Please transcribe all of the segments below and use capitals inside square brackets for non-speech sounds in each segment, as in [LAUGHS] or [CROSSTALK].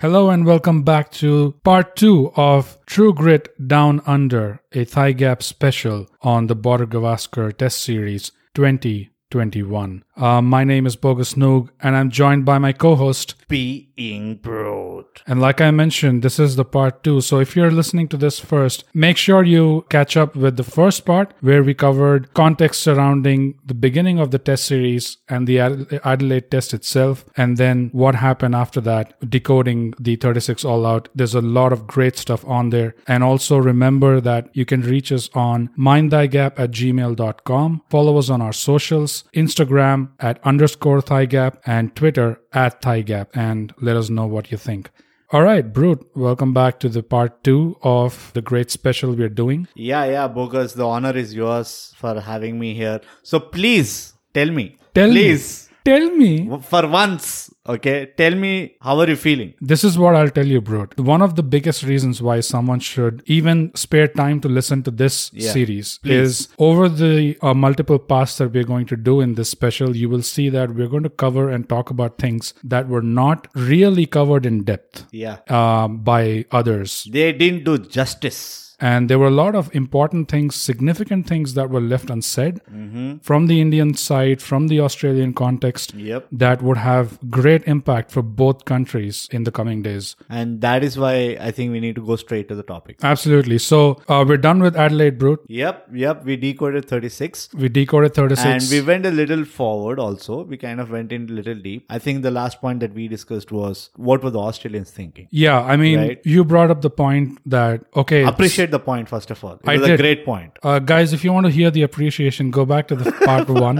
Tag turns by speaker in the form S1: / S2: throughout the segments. S1: Hello and welcome back to part two of True Grit Down Under, a thigh gap special on the Border Gavaskar Test Series 2021. Uh, my name is Bogus Noog and I'm joined by my co host.
S2: being brought.
S1: And like I mentioned, this is the part two. So if you're listening to this first, make sure you catch up with the first part where we covered context surrounding the beginning of the test series and the Adela- Adelaide test itself, and then what happened after that, decoding the 36 all out. There's a lot of great stuff on there. And also remember that you can reach us on mindthigap at gmail.com. Follow us on our socials, Instagram at underscore thighgap and Twitter at thighgap and let us know what you think. All right, Brute, welcome back to the part two of the great special we're doing.
S2: Yeah, yeah, Bogus, the honor is yours for having me here. So please tell me.
S1: Tell
S2: please,
S1: me. Tell me.
S2: for once, okay, tell me how are you feeling?
S1: This is what I'll tell you, Brute. One of the biggest reasons why someone should even spare time to listen to this
S2: Yeah.
S1: series
S2: Please.
S1: is over the uh, multiple paths that we're going to do in this special, you will see that we're going to cover and talk about things that were not really covered in depth
S2: Yeah.
S1: um, by others.
S2: They didn't do justice.
S1: And there were a lot of important things, significant things that were left unsaid
S2: Mm-hmm.
S1: from the Indian side, from the Australian context,
S2: Yep.
S1: that would have great impact for both countries in the coming days.
S2: And that is why I think we need to go straight to the topic.
S1: Absolutely. So uh, we're done with Adelaide Brute.
S2: Yep, yep, we decoded 36.
S1: We decoded 36.
S2: And we went a little forward also. We kind of went in a little deep. I think the last point that we discussed was what were the Australians thinking?
S1: yeah, I mean,
S2: Right.
S1: you brought up the point that, okay,
S2: Appreciate the point, first of all. It
S1: I
S2: was a
S1: did.
S2: great point.
S1: Uh, guys, if you want to hear the appreciation, go back to the part
S2: [LAUGHS]
S1: one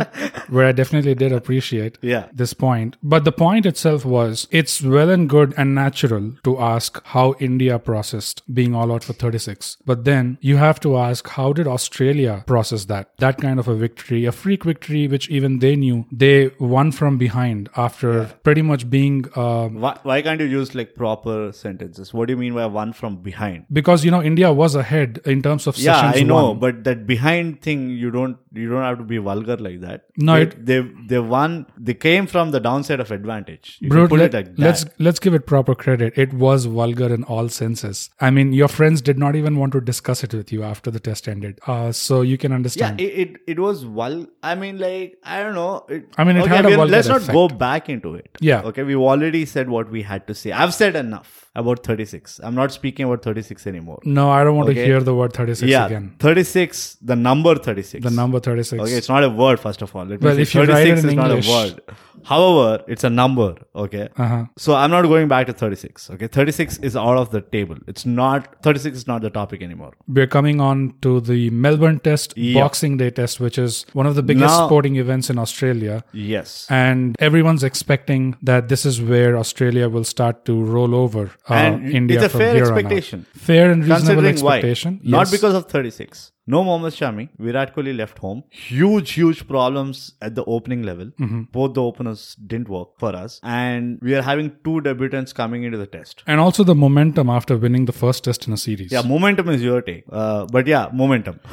S1: where I definitely did appreciate
S2: Yeah.
S1: this point. But the point itself was it's well and good and natural to ask how India processed being all out for 36. But then you have to ask how did Australia process that? That kind of a victory, a freak victory, which even they knew they won from behind after pretty much being. Um,
S2: Why, why can't you use like proper sentences? What do you mean by one from behind?
S1: because you know India was ahead in terms of
S2: Yeah,
S1: sessions
S2: I know,
S1: won.
S2: but that behind thing you don't you don't have to be vulgar like that.
S1: No,
S2: they,
S1: it-
S2: they they won. They came from the downside of advantage. You
S1: Bro,
S2: can put
S1: let,
S2: it like that.
S1: us let's give it proper credit. It was vulgar in all senses. I mean, your friends did not even want to discuss it with you after the test ended. Uh, so you can
S2: yeah,
S1: understand.
S2: it, it it was vul. I mean, like I don't know. It,
S1: I mean, it
S2: okay,
S1: had a
S2: we'll-
S1: vulgar
S2: Let's not
S1: effect.
S2: go back into it.
S1: Yeah.
S2: Okay, we've already said what we had to say. I've said enough about thirty six. I'm not speaking about thirty six anymore.
S1: no, I don't want to
S2: Okay.
S1: hear the word 36
S2: yeah,
S1: again.
S2: thirty six. The number thirty six.
S1: The number 36.
S2: Okay, it's not a word, first of all. Let me
S1: Well,
S2: say,
S1: if you write it
S2: 36
S1: in
S2: is not a
S1: English-
S2: word. However, it's a number, okay?
S1: Uh-huh.
S2: So I'm not going back to 36, okay? 36 is out of the table. It's not, 36 is not the topic anymore.
S1: We're coming on to the Melbourne Test,
S2: Yeah.
S1: Boxing Day Test, which is one of the biggest
S2: Now-
S1: sporting events in Australia.
S2: Yes.
S1: And everyone's expecting that this is where Australia will start to roll over uh,
S2: And it's
S1: India
S2: a
S1: from
S2: fair
S1: here on out.
S2: expectation.
S1: Fair and reasonable
S2: Considering why?
S1: expectation.
S2: Not
S1: Yes.
S2: because of 36. No Mohammad Shami. Virat Kohli left home. Huge, huge problems at the opening level.
S1: Mm-hmm.
S2: Both the openers didn't work for us. And we are having two debutants coming into the test.
S1: And also the momentum after winning the first test in a series.
S2: Yeah, momentum is your take. Uh, but yeah, momentum. [LAUGHS]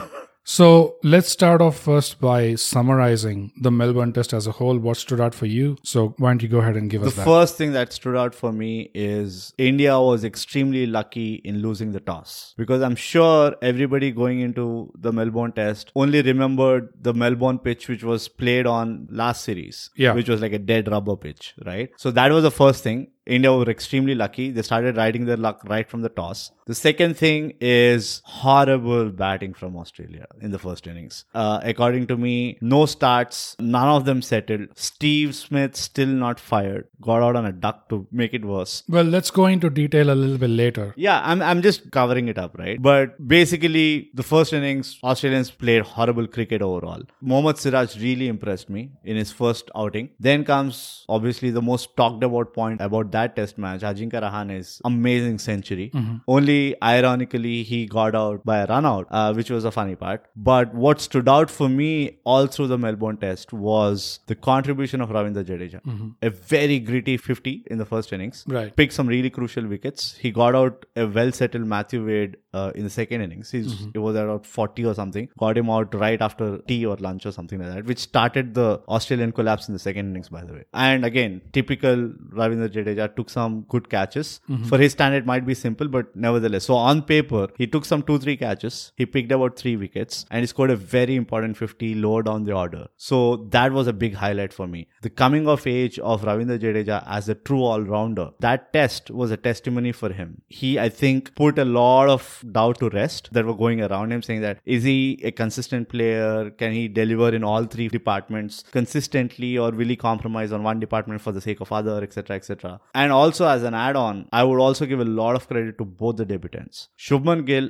S1: So let's start off first by summarizing the Melbourne test as a whole. What stood out for you? So why don't you go ahead and give us
S2: The
S1: that?
S2: first thing that stood out for me is India was extremely lucky in losing the toss because I'm sure everybody going into the Melbourne test only remembered the Melbourne pitch which was played on last series,
S1: Yeah.
S2: which was like a dead rubber pitch, right? So that was the first thing. India were extremely lucky. They started riding their luck right from the toss. The second thing is horrible batting from Australia in the first innings. Uh, according to me, no starts, none of them settled. Steve Smith still not fired, got out on a duck to make it worse.
S1: well, let's go into detail a little bit later.
S2: Yeah, I'm, I'm just covering it up, right? But basically, the first innings, Australians played horrible cricket overall. Mohammad Siraj really impressed me in his first outing. Then comes, obviously, the most talked about point about that test match Ajinkya Rahane's amazing century. Only ironically, he got out by a run out, uh, which was a funny part. But what stood out for me all through the Melbourne test was the contribution of Ravindra Jadeja. A very gritty 50 in the first innings
S1: Right.
S2: picked some really crucial wickets. He got out a well settled Matthew Wade uh, in the second innings. He's, It was about 40 or something. Got him out right after tea or lunch or something like that, which started the Australian collapse in the second innings, by the way. And again, typical Ravindra Jadeja Australia took some good catches. For his stand, it might be simple, but nevertheless. So on paper, he took some two, three catches. He picked about three wickets and he scored a very important 50 lower down the order. So that was a big highlight for me. The coming of age of Ravindra Jadeja as a true all rounder, that test was a testimony for him. He, I think, put a lot of doubt to rest that were going around him saying that is he a consistent player? Can he deliver in all three departments consistently or will he compromise on one department for the sake of other, etc., etc.? And also, as an add on, I would also give a lot of credit to both the debutants. Shubman Gill,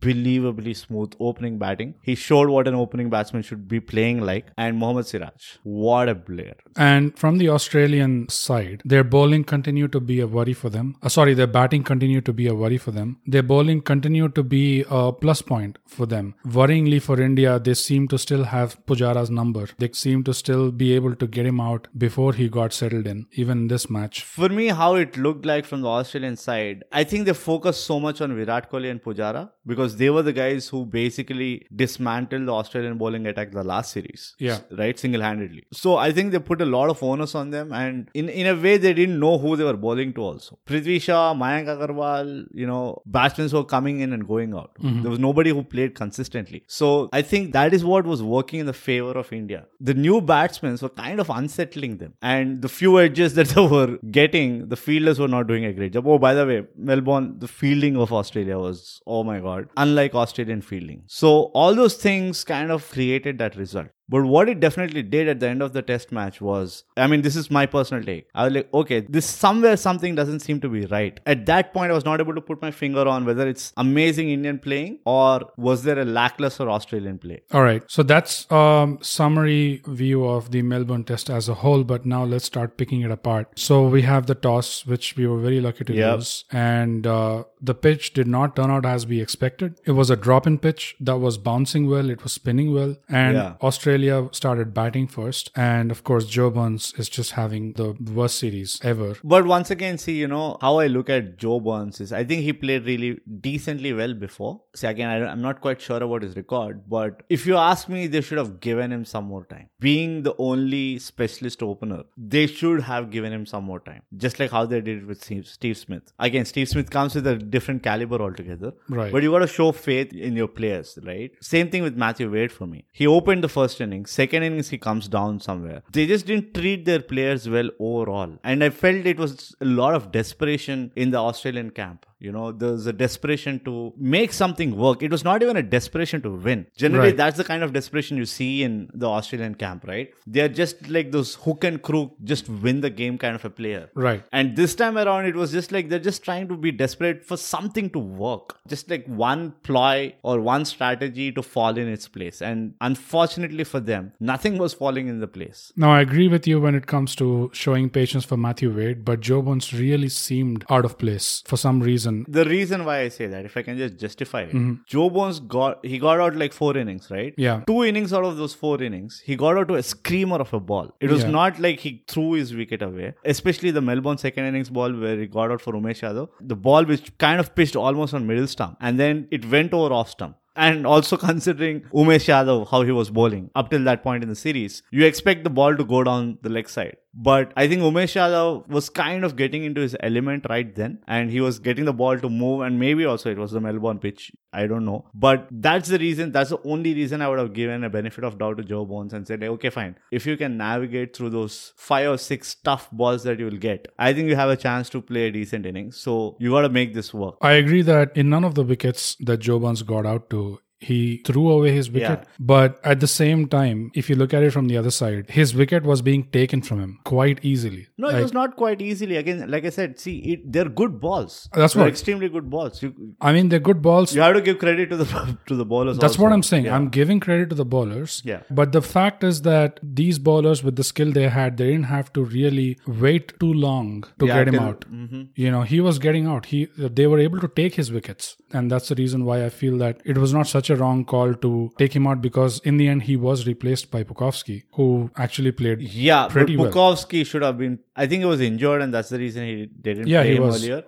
S2: unbelievably smooth opening batting. He showed what an opening batsman should be playing like. And Mohammad Siraj, what a player.
S1: And from the Australian side, their bowling continued to be a worry for them. Uh, sorry, their batting continued to be a worry for them. Their bowling continued to be a plus point for them. Worryingly for India, they seem to still have Pujara's number. They seem to still be able to get him out before he got settled in, even in this match.
S2: for me, how it looked like from the Australian side, I think they focused so much on Virat Kohli and Pujara because they were the guys who basically dismantled the Australian bowling attack the last series.
S1: Yeah.
S2: Right? Single handedly. So I think they put a lot of onus on them and in, in a way they didn't know who they were bowling to also. Prithvi Shah, Mayank Agarwal, you know, batsmen were coming in and going out. There was nobody who played consistently. So I think that is what was working in the favor of India. The new batsmen were kind of unsettling them. And the few edges that [LAUGHS] they were getting, the fielders were not doing a great job. Oh, by the way, Melbourne, the fielding of Australia was, oh my God, unlike Australian fielding. So all those things kind of created that result. But what it definitely did at the end of the test match was, I mean, this is my personal take. I was like, okay, this somewhere something doesn't seem to be right. At that point, I was not able to put my finger on whether it's amazing Indian playing or was there a lackluster Australian play.
S1: All right, so that's um, summary view of the Melbourne Test as a whole. But now let's start picking it apart. So we have the toss, which we were very lucky to
S2: Yep.
S1: lose, and uh, the pitch did not turn out as we expected. It was a drop-in pitch that was bouncing well, it was spinning well, and
S2: Yeah.
S1: Australia started batting first. And of course, Joe Burns is just having the worst series ever.
S2: But once again, see, you know, how I look at Joe Burns is I think he played really decently well before. See, again, I, don't- I'm not quite sure about his record, but if you ask me, they should have given him some more time. Being the only specialist opener, they should have given him some more time, just like how they did it with Steve, Steve Smith. Again, Steve Smith comes with a different caliber altogether.
S1: Right.
S2: But you got to show faith in your players, right? Same thing with Matthew Wade for me. He opened the first innings. Second innings, he comes down somewhere. They just didn't treat their players well overall. And I felt it was a lot of desperation in the Australian camp. You know, there's a desperation to make something work. It was not even a desperation to win. Generally,
S1: Right.
S2: that's the kind of desperation you see in the Australian camp, right? They're just like those hook and crook, just win the game kind of a player.
S1: Right.
S2: And this time around, it was just like they're just trying to be desperate for something to work, just like one ploy or one strategy to fall in its place. And unfortunately for them, nothing was falling in the place.
S1: Now, I agree with you when it comes to showing patience for Matthew Wade, but Joe Burns really seemed out of place for some reason.
S2: The reason why I say that, if I can just justify it, Joe Bones got he got out like four innings, right?
S1: Mm-hmm. Yeah.
S2: Two innings out of those four innings, he got out to a screamer of a ball. It was
S1: Yeah.
S2: not like he threw his wicket away, especially the Melbourne second innings ball where he got out for Umesh Yadav. The ball which kind of pitched almost on middle stump and then it went over off stump. And also [LAUGHS] considering Umesh Yadav, how he was bowling up till that point in the series, you expect the ball to go down the leg side. But I think Umesh Yadav was kind of getting into his element right then, and he was getting the ball to move, and maybe also it was the Melbourne pitch. I don't know. But that's the reason, that's the only reason I would have given a benefit of doubt to Joe Bones and said, okay, fine. If you can navigate through those five or six tough balls that you will get, I think you have a chance to play a decent innings. So you got to make this work.
S1: I agree that in none of the wickets that Joe Burns got out to, he threw away his wicket.
S2: Yeah.
S1: But at the same time, if you look at it from the other side, his wicket was being taken from him quite easily.
S2: No, it
S1: Like,
S2: was not quite easily. Again, like I said, see, it, they're good balls.
S1: That's
S2: they're
S1: what-
S2: extremely good balls. You,
S1: I mean, they're good balls.
S2: you have to give credit to the [LAUGHS] to the bowlers.
S1: That's
S2: also.
S1: what I'm saying.
S2: Yeah.
S1: I'm giving credit to the bowlers.
S2: Yeah.
S1: But the fact is that these bowlers, with the skill they had, they didn't have to really wait too long to
S2: Yeah, mm-hmm.
S1: get him
S2: till-
S1: out. You know, he was getting out. He they were able to take his wickets, and that's the reason why I feel that it was not such a wrong call to take him out because in the end he was replaced by Pukovsky, who actually played.
S2: Yeah,
S1: pretty well.
S2: but Bukowski should have been. I think he was injured, and that's the reason he didn't
S1: Yeah,
S2: play
S1: he
S2: him
S1: was.
S2: earlier.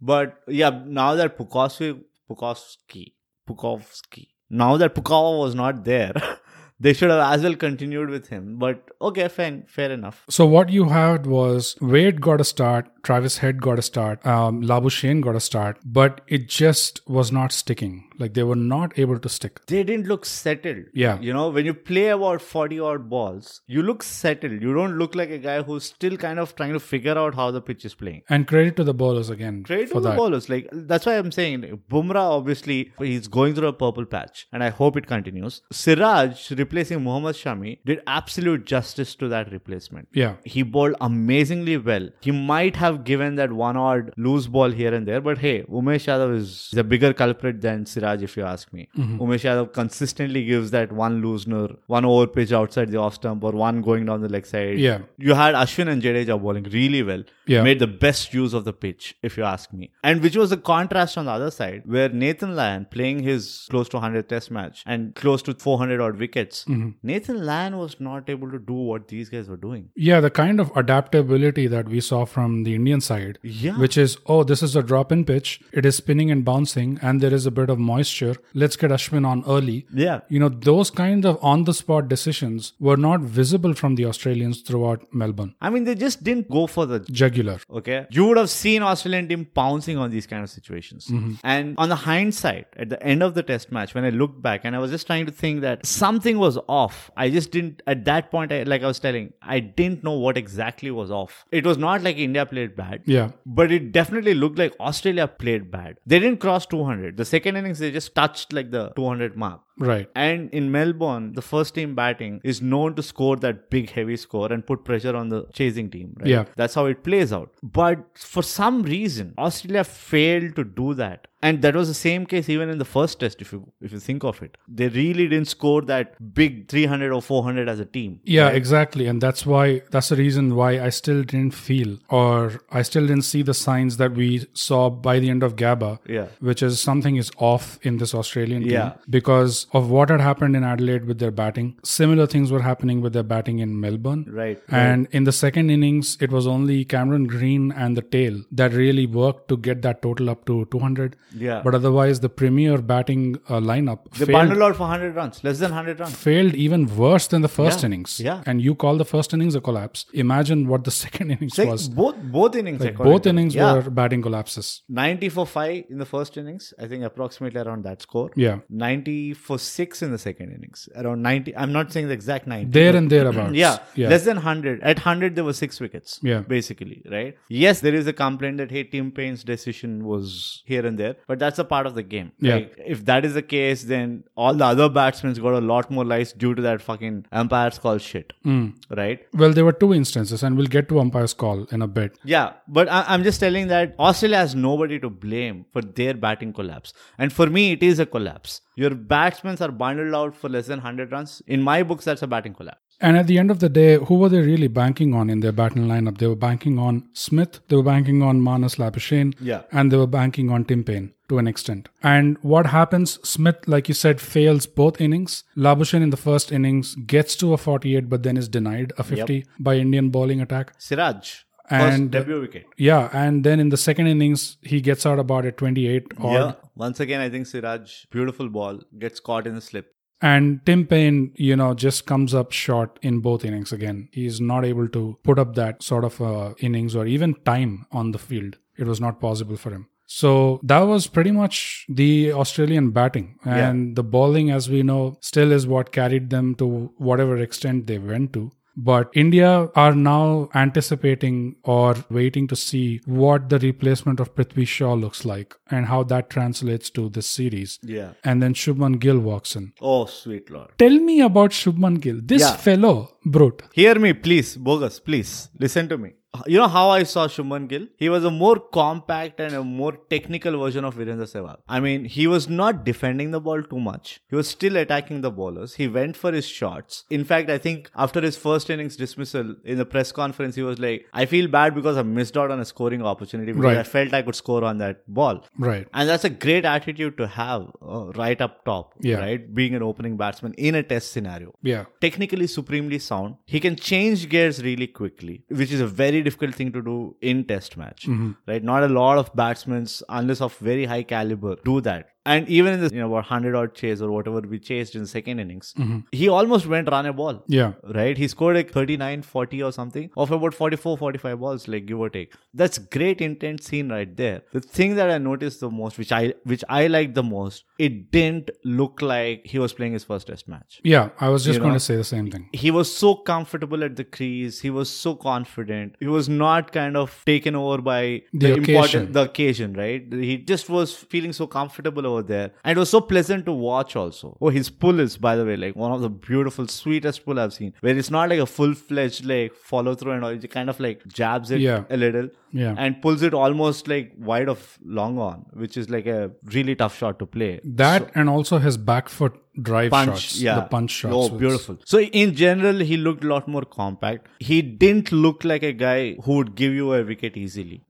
S2: But yeah, now that Bukowski, Bukowski, Bukowski, now that Pukova was not there, [LAUGHS] They should have as well continued with him. But okay, fine, fair enough.
S1: So what you had was Wade got a start, Travis Head got a start, um, Labuschagne got a start, but it just was not sticking. Like they were not able to stick.
S2: They didn't look settled.
S1: Yeah.
S2: You know, when you play about 40 odd balls, you look settled. You don't look like a guy who's still kind of trying to figure out how the pitch is playing.
S1: And credit to the bowlers again
S2: Trade
S1: for
S2: to the
S1: that.
S2: bowlers. Like that's why I'm saying Bumrah obviously he's going through a purple patch and I hope it continues. Siraj replacing Mohammad Shami did absolute justice to that replacement.
S1: Yeah.
S2: He bowled amazingly well. He might have given that one odd loose ball here and there, but hey, Umesh Yadav is the bigger culprit than Siraj, if you ask me.
S1: Mm-hmm.
S2: Umesh Yadav consistently gives that one loosener, one over pitch outside the off stump, or one going down the leg side.
S1: Yeah.
S2: You had Ashwin and Jadeja bowling really well.
S1: Yeah.
S2: Made the best use of the pitch, if you ask me. And which was the contrast on the other side, where Nathan Lyon playing his close to 100 test match and close to 400 odd wickets, Nathan Lyon was not able to do what these guys were doing.
S1: Yeah, the kind of adaptability that we saw from the Indian side,
S2: Yeah.
S1: which is, oh, this is a drop in pitch, it is spinning and bouncing, and there is a bit of moisture. Let's get Ashwin on early.
S2: Yeah.
S1: You know, those kind of on the spot decisions were not visible from the Australians throughout Melbourne.
S2: I mean, they just didn't go for the.
S1: Jugular.
S2: Okay. You would have seen Australian team pouncing on these kind of situations. And on the hindsight, at the end of the test match, when I looked back and I was just trying to think that something was off. I just didn't, at that point, I, like I was telling, I didn't know what exactly was off. It was not like India played bad.
S1: Yeah.
S2: But it definitely looked like Australia played bad. They didn't cross 200. The second innings, they just touched like the 200 mark.
S1: Right.
S2: And in Melbourne, the first team batting is known to score that big heavy score and put pressure on the chasing team, right?
S1: Yeah.
S2: That's how it plays out. But for some reason, Australia failed to do that. And that was the same case even in the first test, if you if you think of it. They really didn't score that big 300 or 400 as a team.
S1: Yeah, exactly. And that's why, that's the reason why I still didn't feel or I still didn't see the signs that we saw by the end of GABA,
S2: Yeah.
S1: which is something is off in this Australian team
S2: Yeah.
S1: because of what had happened in Adelaide with their batting. Similar things were happening with their batting in Melbourne.
S2: Right,
S1: And in the second innings, it was only Cameron Green and the tail that really worked to get that total up to 200.
S2: Yeah.
S1: But otherwise, the premier batting uh, lineup
S2: They
S1: failed
S2: bundled out for 100 runs, less than 100 runs.
S1: failed even worse than the first
S2: Yeah,
S1: innings.
S2: yeah.
S1: And you call the first innings a collapse. Imagine what the [LAUGHS] second innings
S2: Like,
S1: was.
S2: both both innings. I call
S1: Both
S2: it.
S1: innings
S2: Yeah.
S1: were batting collapses.
S2: 90 for 5 in the first innings i think approximately around that score
S1: Yeah.
S2: 90 for 6 in the second innings around 90 i'm not saying the exact 90
S1: There and thereabouts.
S2: yeah,
S1: Yeah.
S2: less than 100 at 100 there were 6 wickets
S1: Yeah.
S2: basically right yes there is a complaint that hey tim payne's decision was here and there but that's a part of the game
S1: Yeah.
S2: Like, if that is the case then all the other batsmen's got a lot more lives due to that fucking umpire's call shit
S1: Hmm.
S2: right
S1: well, there were two instances, and we'll get to umpire's call in a bit.
S2: yeah, but I, I'm just telling that Australia has nobody to blame for their batting collapse. And for me, it is a collapse. Your batsmen are bundled out for less than 100 runs. In my books, that's a batting collapse.
S1: And at the end of the day, who were they really banking on in their batting lineup? They were banking on Smith, they were banking on Manas Labuschagne,
S2: Yeah.
S1: and they were banking on Tim Payne to an extent. And what happens? Smith, like you said, fails both innings. Labuschagne in the first innings gets to a 48, but then is denied a 50 by Indian bowling attack.
S2: Siraj, first
S1: And-
S2: debut wicket.
S1: Yeah, and then in the second innings, he gets out about at 28 odd.
S2: Yeah. Once again, I think Siraj, beautiful ball, gets caught in the slip.
S1: And Tim Payne, you know, just comes up short in both innings again. He's not able to put up that sort of uh, innings or even time on the field. It was not possible for him. So that was pretty much the Australian batting. And the bowling, as we know, still is what carried them to whatever extent they went to. But India are now anticipating or waiting to see what the replacement of Prithvi Shaw looks like and how that translates to this series.
S2: Yeah.
S1: And then Shubman Gill walks in
S2: Oh, sweet lord.
S1: tell me about Shubman Gill, this
S2: Yeah.
S1: fellow, brute.
S2: Hear me, please, bogus, please. Listen to me. You know how I saw Shuman Gill? He was a more compact and a more technical version of Virendra Sehwag. I mean, he was not defending the ball too much. He was still attacking the bowlers. He went for his shots. In fact, I think after his first innings dismissal in the press conference, he was like, I feel bad because I missed out on a scoring opportunity because
S1: Right.
S2: I felt I could score on that ball.
S1: Right.
S2: And that's a great attitude to have uh, right up top,
S1: Yeah.
S2: right? Being an opening batsman in a test scenario
S1: Yeah.
S2: technically supremely sound. He can change gears really quickly, which is a very difficult thing to do in test match, right? Not a lot of batsmen, unless of very high caliber, do that. And even in this, you know, about 100 odd chase or whatever we chased in the second innings, he almost went run a ball.
S1: Yeah.
S2: Right? He scored like 39, 40 or something of about 44, 45 balls, like give or take. That's great intent scene right there. The thing that I noticed the most, which I which I liked the most, it didn't look like he was playing his first test match.
S1: Yeah, I was just
S2: You
S1: going
S2: know?
S1: to say the same thing.
S2: He was so comfortable at the crease. He was so confident. He was not kind of taken over by
S1: The occasion.
S2: important the occasion, right? He just was feeling so comfortable over there, and it was so pleasant to watch. Also, oh, his pull is, by the way, like one of the beautiful, sweetest pull I've seen. Where it's not like a full fledged like follow through and all. It kind of like jabs it
S1: Yeah.
S2: a little,
S1: Yeah.
S2: and pulls it almost like wide of long on, which is like a really tough shot to play.
S1: That and also his back foot drive
S2: punch
S1: shots.
S2: yeah
S1: The punch shots.
S2: oh
S1: was-
S2: beautiful so in general he looked a lot more compact he didn't look like a guy who would give you a wicket easily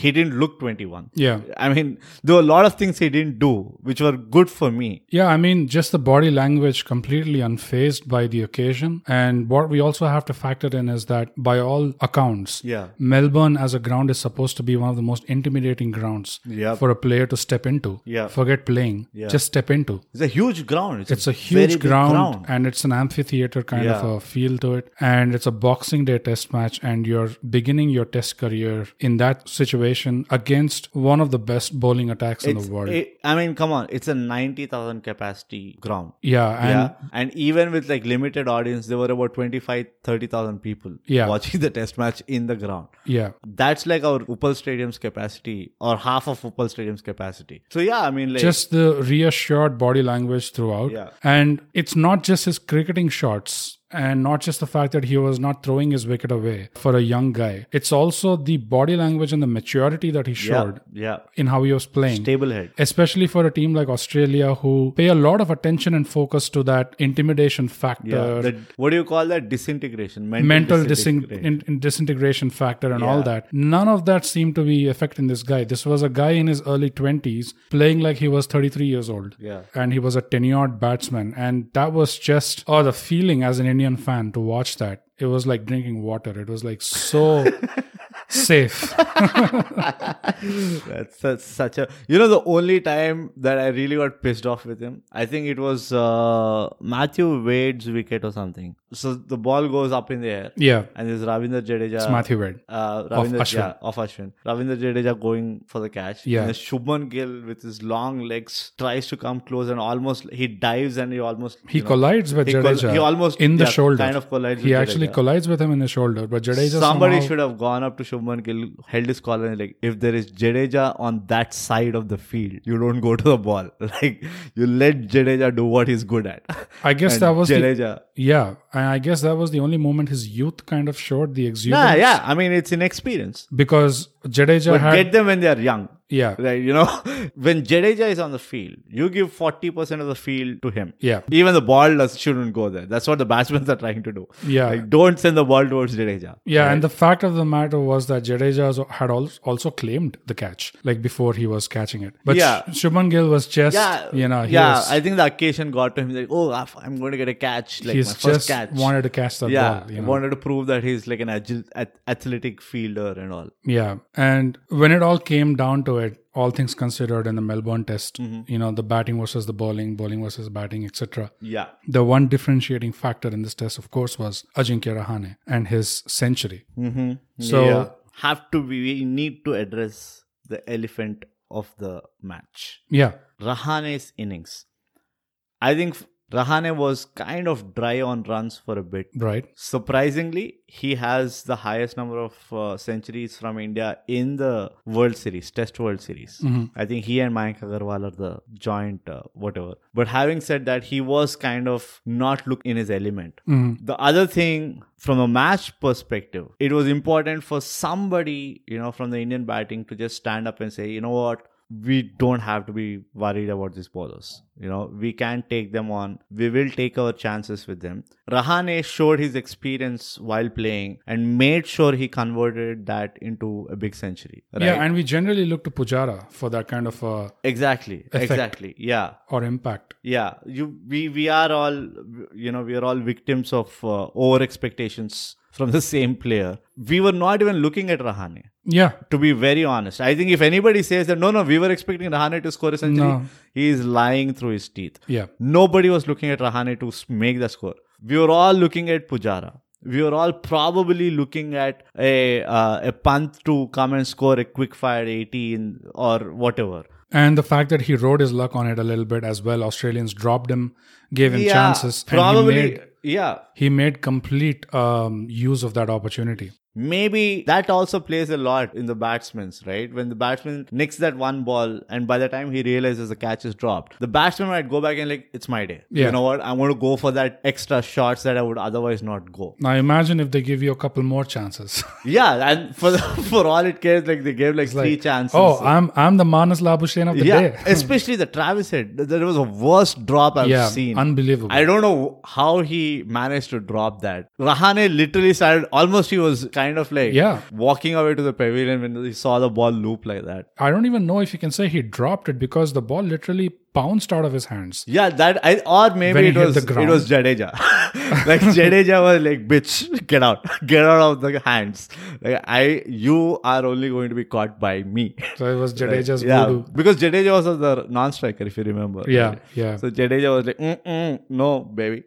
S2: he didn't look 21
S1: Yeah.
S2: i mean there were a lot of things he didn't do which were good for me
S1: Yeah, I mean, just the body language completely unfazed by the occasion. And what we also have to factor in is that, by all accounts,
S2: Yeah.
S1: Melbourne as a ground is supposed to be one of the most intimidating grounds
S2: Yep.
S1: for a player to step into.
S2: Yeah.
S1: Forget playing, just step into.
S2: it's a huge ground it's,
S1: It's a
S2: very
S1: huge
S2: big
S1: ground, and it's an amphitheater kind of
S2: Yeah.
S1: a feel to it. And it's a boxing day test match, and you're beginning your test career in that situation against one of the best bowling attacks in
S2: It's-
S1: the world.
S2: it- i mean come on it's a 90000 capacity ground
S1: yeah, and
S2: yeah and even with like limited audience there were about 25 30000 people
S1: Yeah.
S2: watching the test match in the ground
S1: yeah.
S2: that's like our Uppal Stadium's capacity or half of Uppal Stadium's capacity. So yeah, I mean like
S1: just the reassured body language throughout.
S2: Yeah.
S1: And it's not just his cricketing shots and not just the fact that he was not throwing his wicket away for a young guy. It's also the body language and the maturity that he
S2: yeah,
S1: showed
S2: yeah,
S1: in how he was playing.
S2: table head.
S1: Especially for a team like Australia, who pay a lot of attention and focus to that intimidation factor,
S2: Yeah, the, what do you call that? Disintegration, mental,
S1: mental disin-
S2: disintegration.
S1: in- in disintegration factor and all
S2: Yeah.
S1: that none of that seemed to be affecting this guy this was a guy in his early 20s playing like he was 33 years old
S2: Yeah.
S1: and he was a tenured batsman and that was just oh the feeling as an indian fan to watch that it was like drinking water it was like
S2: [LAUGHS]
S1: so safe
S2: that's, that's such a. You know, the only time that I really got pissed off with him, I think it was uh, Matthew Wade's wicket or something. So the ball goes up in the air,
S1: yeah
S2: and there's Ravindra Jadeja.
S1: it's matthew wade
S2: uh, Ravindra,
S1: Ashwin.
S2: Yeah, of Ashwin. Ravindra Jadeja going for the catch.
S1: Yeah.
S2: And then Shubman Gill with his long legs tries to come close and almost he dives and he almost
S1: he
S2: you know,
S1: collides with
S2: he col-
S1: Jadeja.
S2: he almost-
S1: in the
S2: yeah,
S1: shoulder.
S2: kind of collides
S1: He
S2: with
S1: actually
S2: Jadeja.
S1: collides with him in the shoulder, but Jadeja
S2: Somebody
S1: somehow-
S2: should have gone up to Shubman Gill, held his collar, and like, if there is Jadeja on that side of the field, you don't go to the ball. [LAUGHS] Like, you let Jadeja do what he's good at.
S1: [LAUGHS] I guess
S2: And
S1: that was the-
S2: Jadeja.
S1: Yeah, and I guess that was the only moment his youth kind of showed the exuberance.
S2: Nah, yeah. I mean, it's inexperience.
S1: because Jadeja
S2: But
S1: had
S2: get them when they are young.
S1: yeah
S2: Right, you know, [LAUGHS] when Jadeja is on the field, you give 40% of the field to him.
S1: yeah
S2: Even the ball does, shouldn't go there. That's what the batsmen are trying to do.
S1: Yeah.
S2: Like, don't send the ball towards Jadeja.
S1: yeah, and the fact of the matter was that Jadeja also- had al- also claimed the catch like before he was catching it. But
S2: Yeah.
S1: Sh- Shubman Gill was just
S2: Yeah.
S1: you know Uh, he
S2: yeah.
S1: was,
S2: I think the occasion got to him like, oh, I've- I'm going to get a catch. Like, my
S1: he's
S2: first
S1: just
S2: catch.
S1: wanted to catch that
S2: yeah.
S1: ball. You
S2: he
S1: know?
S2: Wanted to prove that he's like an agile, ath- athletic fielder and all.
S1: Yeah. And when it all came down to it, all things considered in the Melbourne test,
S2: Mm-hmm.
S1: you know, the batting versus the bowling, bowling versus batting, etc.
S2: Yeah.
S1: The one differentiating factor in this test, of course, was Ajinkya Rahane and his century. So
S2: Mm-hmm. yeah. have to be, we need to address the elephant of the match.
S1: yeah.
S2: Rahane's innings. I think Rahane was kind of dry on runs for a bit.
S1: right.
S2: Surprisingly, he has the highest number of uh, centuries from India in the World Series, Test World Series. I think he and Mayank Agarwal are the joint uh, whatever. But having said that, he was kind of not look in his element.
S1: Mm-hmm.
S2: The other thing, from a match perspective, it was important for somebody, you know, from the Indian batting to just stand up and say, you know what, we don't have to be worried about these bowlers. You know, we can take them on. We will take our chances with them. Rahane showed his experience while playing and made sure he converted that into a big century. Right?
S1: Yeah, and we generally look to Pujara for that kind of uh,
S2: exactly. Exactly. Yeah.
S1: or impact.
S2: Yeah. You we we are all you know, we are all victims of uh, over expectations from the same player. We were not even looking at Rahane.
S1: Yeah.
S2: To be very honest, I think if anybody says that no, no, we were expecting Rahane to score a century,
S1: No.
S2: he is lying through his teeth.
S1: Yeah.
S2: Nobody was looking at Rahane to s- make the score. We were all looking at Pujara. We were all probably looking at a uh, a Pant to come and score a quick fire 18 or whatever.
S1: And the fact that he rode his luck on it a little bit as well. Australians dropped him, gave him chances. and he
S2: probably.
S1: made-
S2: yeah,
S1: he made complete um, use of that opportunity.
S2: Maybe that also plays a lot in the batsman's, right? When the batsman nicks that one ball and by the time he realizes the catch is dropped, the batsman might go back and like, it's my day.
S1: Yeah.
S2: You know what? I'm going to go for that extra shots that I would otherwise not go.
S1: Now imagine if they give you a couple more chances. [LAUGHS]
S2: Yeah. And for [LAUGHS] for all it cares, like they gave like three chances.
S1: oh, I'm I'm the Manas Labuschagne of the
S2: yeah.
S1: day.
S2: especially the Travis head. That was the worst drop [LAUGHS] I've
S1: yeah,
S2: seen.
S1: unbelievable.
S2: I don't know how he managed to drop that. Rahane literally started almost he was kind of like
S1: Yeah.
S2: walking away to the pavilion when he saw the ball loop like that.
S1: I don't even know if you can say he dropped it because the ball literally bounced out of his hands.
S2: Yeah, that I or
S1: When
S2: maybe
S1: he
S2: it
S1: hit
S2: was
S1: the
S2: it
S1: ground.
S2: was Jadeja. [LAUGHS] like Jadeja was like, bitch, get out. [LAUGHS] Get out of the hands. Like I you are only going to be caught by me. [LAUGHS]
S1: So it was Jadeja's
S2: yeah.
S1: voodoo.
S2: Because Jadeja was the non striker if you remember.
S1: Yeah,
S2: right?
S1: yeah.
S2: So Jadeja was like, Mm-mm, no, baby.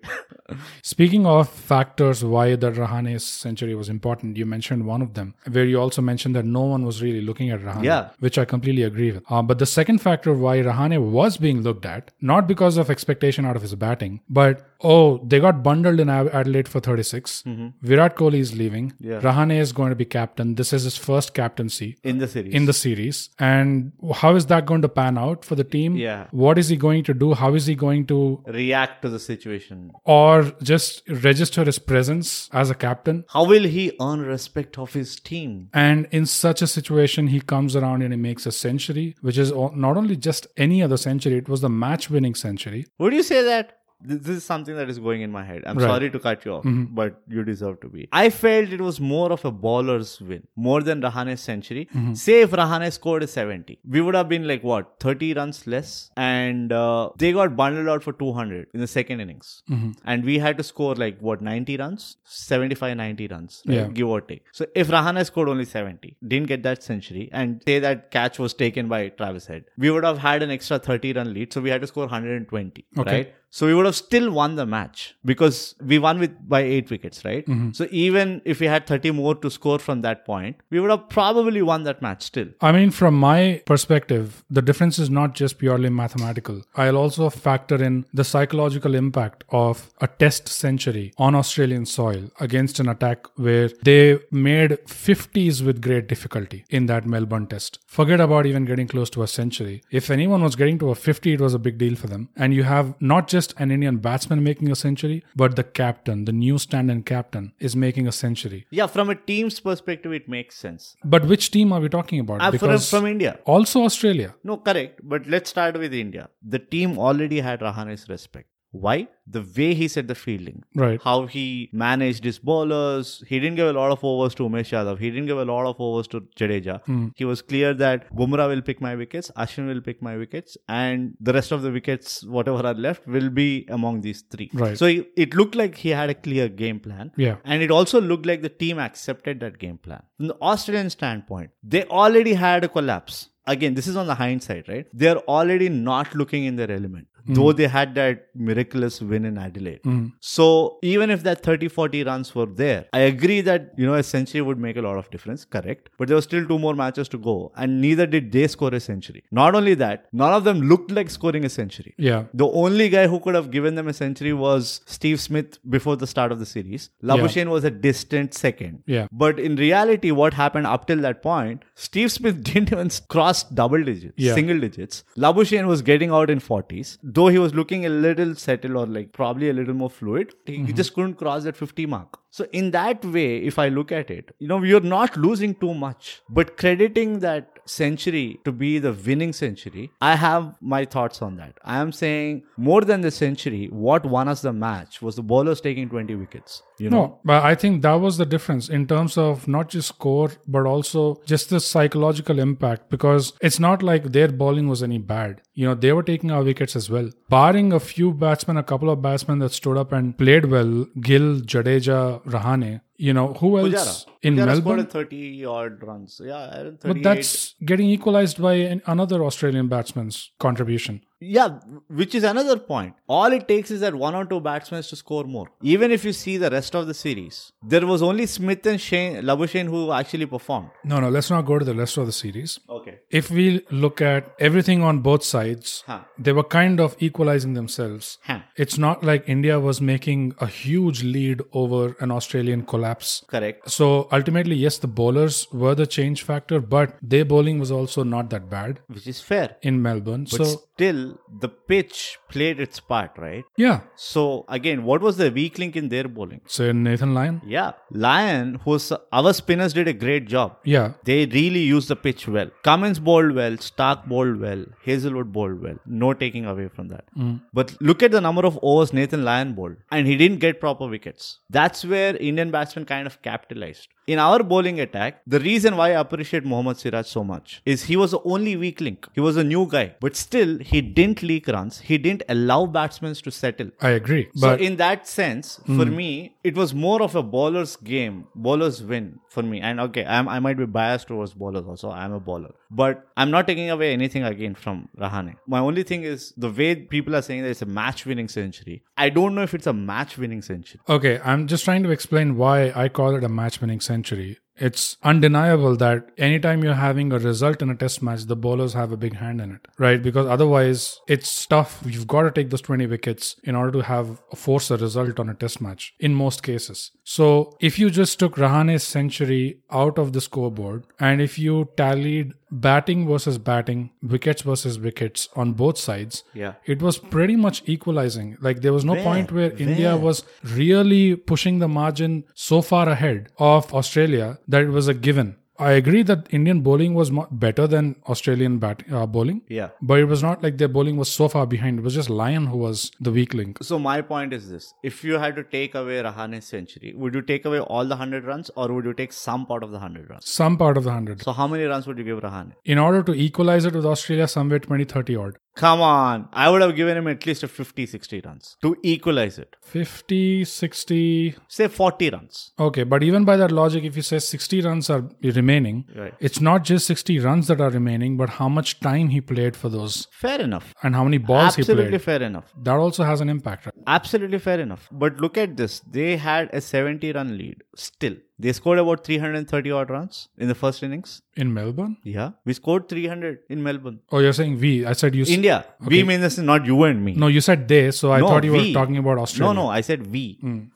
S2: [LAUGHS]
S1: Speaking of factors why the Rahane century was important, you mentioned one of them, where you also mentioned that no one was really looking at Rahane,
S2: Yeah.
S1: which I completely agree with. Uh, but the second factor why Rahane was being looked at, not because of expectation out of his batting, but oh, they got bundled in Ad- Adelaide for 36. Virat Kohli is leaving.
S2: Mm-hmm. Yeah.
S1: Rahane is going to be captain. This is his first captaincy
S2: In the series.
S1: in the series and how is that going to pan out for the team
S2: Yeah.
S1: what is he going to do how is he going to
S2: react to the situation.
S1: or just register his presence as a captain
S2: How will he earn respect of his team?
S1: and in such a situation he comes around and he makes a century which is o- not only just any other century it was the match winning century
S2: Would you say that? Th- This is something that is going in my head. I'm
S1: Right.
S2: sorry to cut you off, but you deserve to be. I felt it was more of a bowler's win, more than Rahane's century. Say if Rahane scored a 70, we would have been like, what, 30 runs less? And uh, they got bundled out for 200 in the second innings.
S1: Mm-hmm.
S2: And we had to score like, what, 90 runs? 75, 90 runs, right?
S1: Yeah.
S2: give or take. So if Rahane scored only 70, didn't get that century, and say that catch was taken by Travis Head, we would have had an extra 30 run lead. So we had to score 120,
S1: Okay.
S2: right? So we would have still won the match because we won with by eight wickets, right?
S1: Mm-hmm.
S2: So even if we had 30 more to score from that point, we would have probably won that match still.
S1: I mean, from my perspective, the difference is not just purely mathematical. I'll also factor in the psychological impact of a test century on Australian soil against an attack where they made 50s with great difficulty in that Melbourne test. Forget about even getting close to a century. If anyone was getting to a 50, it was a big deal for them. And you have not just an Indian batsman making a century, but the captain, the new stand-in captain, is making a century.
S2: Yeah, from a team's perspective, it makes sense.
S1: But which team are we talking about?
S2: Uh, from, from India.
S1: also Australia.
S2: No, correct. But let's start with India. The team already had Rahane's respect. Why? The way he set the fielding.
S1: Right.
S2: How he managed his bowlers. He didn't give a lot of overs to Umesh Yadav. He didn't give a lot of overs to Jadeja. He was clear that Bumrah will pick my wickets, Ashwin will pick my wickets, and the rest of the wickets, whatever are left, will be among these three.
S1: Right.
S2: So he, it looked like he had a clear game plan.
S1: Yeah.
S2: And it also looked like the team accepted that game plan. From the Australian standpoint, they already had a collapse. Again, this is on the hindsight, right? They are already not looking in their element, though they had that miraculous win in Adelaide. So, even if that 30 40 runs were there, I agree that, you know, a century would make a lot of difference, correct? But there were still two more matches to go, and neither did they score a century. Not only that, none of them looked like scoring a century.
S1: Yeah.
S2: The only guy who could have given them a century was Steve Smith before the start of the series. Labuschagne was a distant second.
S1: Yeah.
S2: But in reality, what happened up till that point, Steve Smith [LAUGHS] didn't even cross double digits,
S1: Yeah.
S2: single digits. Labuschagne was getting out in 40s, though he was looking a little settled or like probably a little more fluid. He just couldn't cross that 50 mark. So in that way, if I look at it, you know, you're not losing too much, but crediting that century to be the winning century, I have my thoughts on that. I am saying more than the century, what won us the match was the bowlers taking 20 wickets. You know,
S1: No, but I think that was the difference in terms of not just score, but also just the psychological impact because it's not like their bowling was any bad. You know, they were taking our wickets as well. Barring a few batsmen, a couple of batsmen that stood up and played well Gill, Jadeja, Rahane, you know, who else
S2: Pujara.
S1: in
S2: Pujara
S1: Melbourne?
S2: scored 30 odd runs. Yeah, I don't- 38.
S1: But that's getting equalized by an- another Australian batsman's contribution.
S2: Yeah, which is another point. All it takes is that one or two batsmen to score more. Even if you see the rest of the series, there was only Smith and Shane Labuschagne who actually performed.
S1: No, no, let's not go to the rest of the series.
S2: Okay.
S1: If we look at everything on both sides,
S2: Huh.
S1: they were kind of equalizing themselves.
S2: Huh.
S1: It's not like India was making a huge lead over an Australian collapse.
S2: Correct.
S1: So ultimately, yes, the bowlers were the change factor, but their bowling was also not that bad
S2: Which is fair.
S1: in Melbourne.
S2: But
S1: so
S2: still, the pitch played its part, right?
S1: yeah,
S2: So again, what was the weak link in their bowling?
S1: so Nathan Lyon,
S2: Yeah, Lyon, who's our spinners did a great job.
S1: yeah,
S2: They really used the pitch well. Cummins bowled well, Stark bowled well, Hazelwood bowled well. No taking away from that. But look at the number of overs Nathan Lyon bowled, and he didn't get proper wickets. That's where Indian batsmen kind of capitalized. In our bowling attack, the reason why I appreciate Mohammad Siraj so much is he was the only weak link. He was a new guy, but still he didn't leak runs. He didn't allow batsmen to settle.
S1: I agree. But
S2: so in that sense, for me, it was more of a bowler's game, bowler's win for me. And okay, I'm, I might be biased towards bowlers also. I'm a bowler, but I'm not taking away anything again from Rahane. My only thing is the way people are saying that it's a match-winning century. I don't know if it's a match-winning century.
S1: Okay, I'm just trying to explain why I call it a match winning century. It's undeniable that anytime you're having a result in a test match, the bowlers have a big hand in it, right? Because otherwise, it's tough. You've got to take those 20 wickets in order to have force a result on a test match in most cases. So if you just took Rahane's century out of the scoreboard and if you tallied batting versus batting, wickets versus wickets on both sides,
S2: Yeah.
S1: it was pretty much equalizing. Like there was no point where India was really pushing the margin so far ahead of Australia that it was a given. I agree that Indian bowling was mo- better than Australian bat- uh, bowling,
S2: Yeah.
S1: but it was not like their bowling was so far behind. It was just Lyon who was the weak link.
S2: So my point is this: If you had to take away Rahane's century, would you take away all the hundred runs, or would you take some part of the hundred runs?
S1: Some part of the 100.
S2: So how many runs would you give Rahane?
S1: In order to equalize it with Australia, somewhere 20, 30 odd.
S2: Come on, I would have given him at least a 50, 60 runs to equalize it.
S1: 50, 60.
S2: say 40 runs
S1: Okay, but even by that logic, if you say 60 runs are remaining,
S2: Right.
S1: it's not just 60 runs that are remaining, but how much time he played for those
S2: fair enough
S1: and how many balls he
S2: absolutely
S1: played.
S2: fair enough
S1: That also has an impact. Right?
S2: absolutely fair enough but look at this they had a 70 run lead still they scored about 330 odd runs in the first innings
S1: In Melbourne?
S2: yeah we scored 300 in melbourne
S1: Oh, you're saying we. I said you. s-
S2: india we mean this is not you and me
S1: no, you said they, so I
S2: No,
S1: thought you were
S2: we.
S1: talking about
S2: no
S1: Australia. Hmm.
S2: no i said we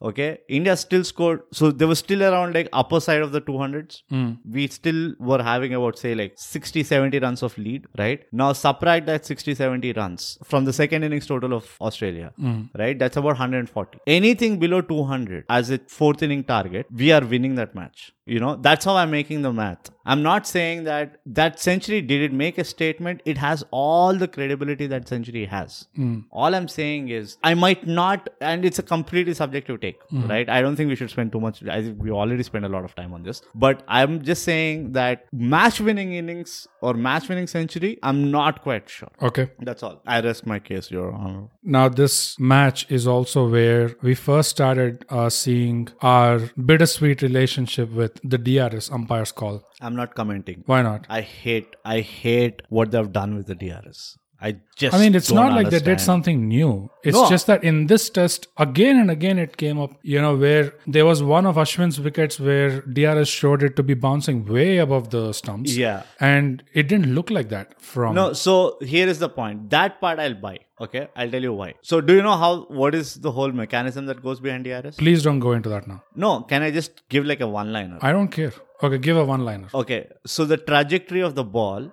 S2: okay india still scored so they were still around like upper side of the 200s
S1: Hmm.
S2: we still were having about say like 60 70 runs of lead right now subtract that 60 70 runs from the second innings total of australia right that's about 140 anything below 200 as a fourth inning target we are winning that match you know that's how i'm making the math i'm not saying that that century did it make a statement it has all the credibility that century has all i'm saying is i might not and it's a completely subjective take right i don't think we should spend too much i think we already spent a lot of time on this but i'm just saying that match winning innings or match winning century i'm not quite sure
S1: Okay.
S2: that's all i rest my case your honor
S1: Now, this match is also where we first started uh, seeing our bittersweet relationship with the DRS umpire's call.
S2: i'm not commenting
S1: Why not?
S2: I hate I hate what they've done with the DRS. I just
S1: I mean, it's
S2: don't
S1: not like they did
S2: understand.
S1: something new. It's
S2: No.
S1: just that in this test, again and again, it came up, you know, where there was one of Ashwin's wickets where DRS showed it to be bouncing way above the stumps.
S2: Yeah.
S1: And it didn't look like that from.
S2: No, so here is the point. That part I'll buy. Okay, I'll tell you why. So do you know how what is the whole mechanism that goes behind DRS?
S1: Please don't go into that now.
S2: No, can I just give like a one liner?
S1: I don't care. Okay, give a one liner.
S2: Okay, so the trajectory of the ball,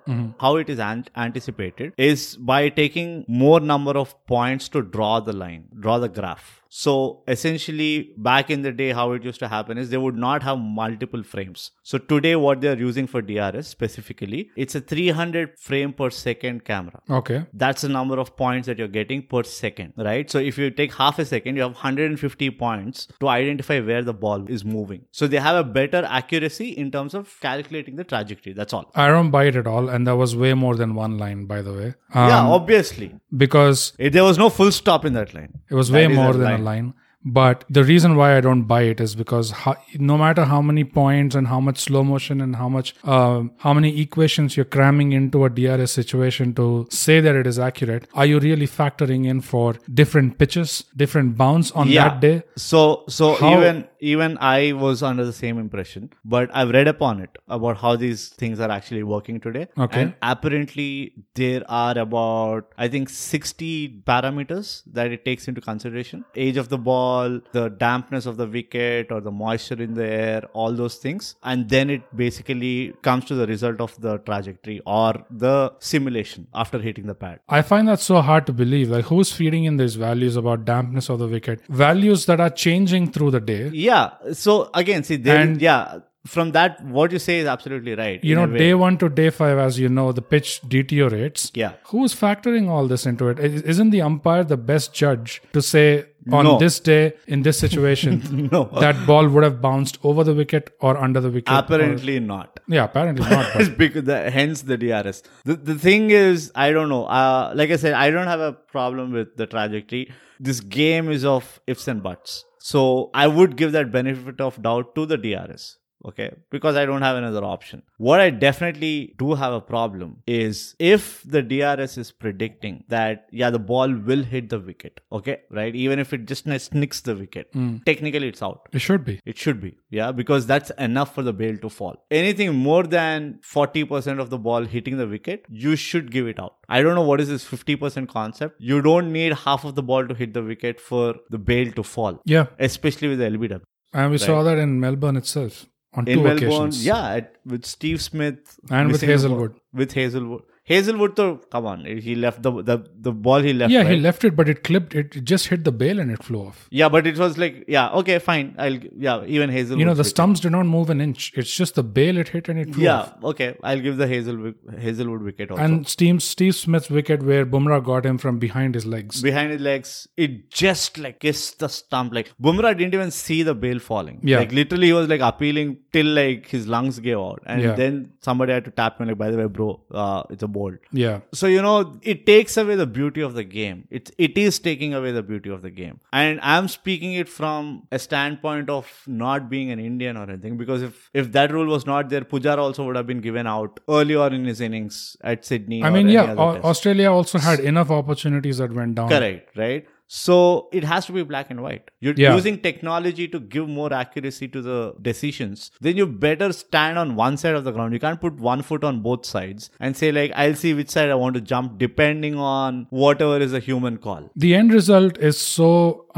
S2: how it is an- anticipated, is by taking more number of points to draw the line, draw the graph. So essentially, back in the day, how it used to happen is they would not have multiple frames. So today, what they are using for DRS specifically, it's a 300 frame per second camera.
S1: Okay.
S2: That's the number of points that you're getting per second, right? So if you take half a second, you have 150 points to identify where the ball is moving. So they have a better accuracy in terms of calculating the trajectory. That's all.
S1: I don't buy it at all, and that was way more than one line, by the way. Um,
S2: yeah, obviously.
S1: because
S2: It, there was no full stop in that line.
S1: It was way
S2: That is
S1: more
S2: a
S1: than a
S2: line.
S1: line. But the reason why I don't buy it is because ho- no matter how many points and how much slow motion and how much um how many equations you're cramming into a DRS situation to say that it is accurate, are you really factoring in for different pitches, different bounce on
S2: Yeah.
S1: that day?
S2: So so
S1: How-
S2: even even I was under the same impression, but I've read upon it about how these things are actually working today.
S1: Okay.
S2: And apparently there are about I think 60 parameters that it takes into consideration. Age of the ball, the dampness of the wicket or the moisture in the air, all those things. And then it basically comes to the result of the trajectory or the simulation after hitting the pad.
S1: I find that so hard to believe. Like who's feeding in these values about dampness of the wicket? Values that are changing through the day.
S2: Yeah. So again, see, there,
S1: And-
S2: yeah, from that, what you say is absolutely right.
S1: You
S2: in
S1: know,
S2: a way.
S1: day one to day five, as you know, the pitch deteriorates.
S2: Yeah.
S1: Who's factoring all this into it? I- Isn't the umpire the best judge to say on
S2: No.
S1: this day, in this situation,
S2: [LAUGHS] No.
S1: that ball would have bounced over the wicket or under the wicket? or-
S2: apparently not.
S1: yeah, apparently
S2: [LAUGHS]
S1: not. But
S2: because the, hence the DRS. The, the thing is, I don't know. Uh, like I said, I don't have a problem with the trajectory. This game is of ifs and buts. So I would give that benefit of doubt to the DRS. Okay, because I don't have another option. What I definitely do have a problem is if the DRS is predicting that, yeah, the ball will hit the wicket, okay, right? Even if it just snicks the wicket, technically it's out.
S1: it should be.
S2: It should be, yeah, because that's enough for the bail to fall. Anything more than 40% of the ball hitting the wicket, you should give it out. I don't know what is this 50% concept. You don't need half of the ball to hit the wicket for the bail to fall,
S1: Yeah.
S2: especially with the LBW.
S1: And we saw that in Melbourne itself on
S2: In
S1: two
S2: Melbourne,
S1: occasions.
S2: yeah, at, with Steve Smith
S1: And with
S2: missing the ball-
S1: Hazelwood.
S2: With Hazelwood. Hazelwood, though, come on, he left the the, the ball he left.
S1: Yeah,
S2: right?
S1: he left it, but it clipped. It it just hit the bail and it flew off.
S2: yeah, but it was like, yeah, okay, fine. I'll, yeah, even Hazelwood.
S1: You know, the stumps did not move an inch. It's just the bail it hit and it flew off.
S2: Yeah, okay. I'll give the Hazel Hazelwood wicket also.
S1: And Steve, Steve Smith's wicket where Bumrah got him from behind his legs.
S2: behind his legs. It just like kissed the stump. Like Bumrah didn't even see the bail falling.
S1: Yeah.
S2: Like literally he was like appealing till like his lungs gave out. And
S1: Yeah.
S2: then somebody had to tap him like, by the way, bro, uh, it's a bolt.
S1: Yeah.
S2: So you know, it takes away the beauty of the game. It it is taking away the beauty of the game. And I'm speaking it from a standpoint of not being an Indian or anything, because if if that rule was not there, Pujara also would have been given out earlier in his innings at Sydney.
S1: I
S2: or
S1: mean,
S2: any
S1: yeah,
S2: other
S1: Au-
S2: test.
S1: Australia also had enough opportunities that went down.
S2: correct right so it has to be black and white you're
S1: Yeah.
S2: using technology to give more accuracy to the decisions then you better stand on one side of the ground you can't put one foot on both sides and say like i'll see which side i want to jump depending on whatever is a human call
S1: The end result is so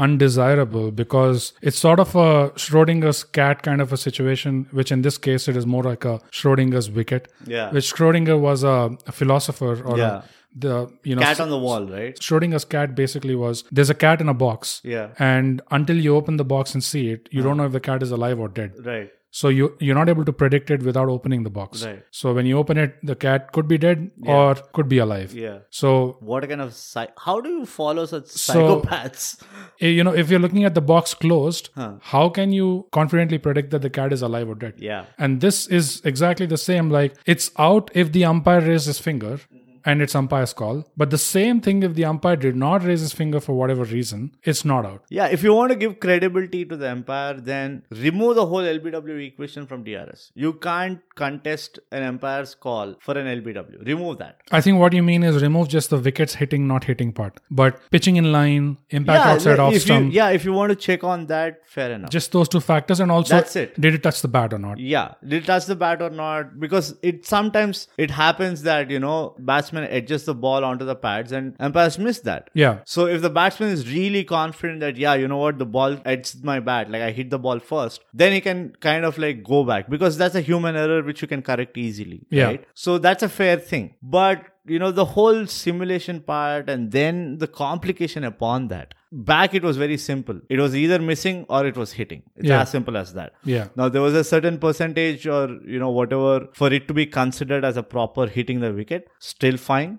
S1: undesirable because it's sort of a Schrodinger's cat kind of a situation, which in this case it is more like a Schrodinger's wicket.
S2: Yeah.
S1: Which Schrodinger was a, a philosopher or a-
S2: Yeah.
S1: the you know
S2: cat on the wall right
S1: Schrodinger's cat basically was there's a cat in a box.
S2: Yeah. Hmm.
S1: And until you open the box and see it, you don't know if the cat is alive or dead.
S2: right
S1: So you you're not able to predict it without opening the box.
S2: Right.
S1: So when you open it, the cat could be dead or could be alive.
S2: yeah
S1: So
S2: what kind of psych- how do you follow such psychopaths [LAUGHS]
S1: eh, you know if you're looking at the box closed,
S2: Huh.
S1: how can you confidently predict that the cat is alive or dead?
S2: yeah
S1: And this is exactly the same. Like it's out if the umpire raised his finger.
S2: Mm-hmm.
S1: And it's umpire's call. But the same thing if the umpire did not raise his finger for whatever reason, it's not out.
S2: Yeah, if you want to give credibility to the empire, then remove the whole LBW equation from DRS. You can't contest an empire's call for an LBW. Remove that.
S1: I think what you mean is remove just the wickets hitting, not hitting part, but pitching in line, impact outside
S2: yeah,
S1: off
S2: if you,
S1: stump.
S2: yeah, if you want to check on that, fair enough.
S1: just those two factors and also
S2: That's it.
S1: did it touch the bat or not
S2: yeah, did it touch the bat or not? Because it sometimes it happens that you know batsmen adjust the ball onto the pads and umpires miss that.
S1: yeah
S2: So if the batsman is really confident that yeah, you know what, the ball it's my bat, like I hit the ball first, then he can kind of like go back because that's a human error which you can correct easily.
S1: Yeah.
S2: Right. So that's a fair thing. But you know, the whole simulation part and then the complication upon that. Back, it was very simple. It was either missing or it was hitting. It's
S1: Yeah.
S2: as simple as that.
S1: Yeah.
S2: Now there was a certain percentage or you know whatever for it to be considered as a proper hitting the wicket. Still fine.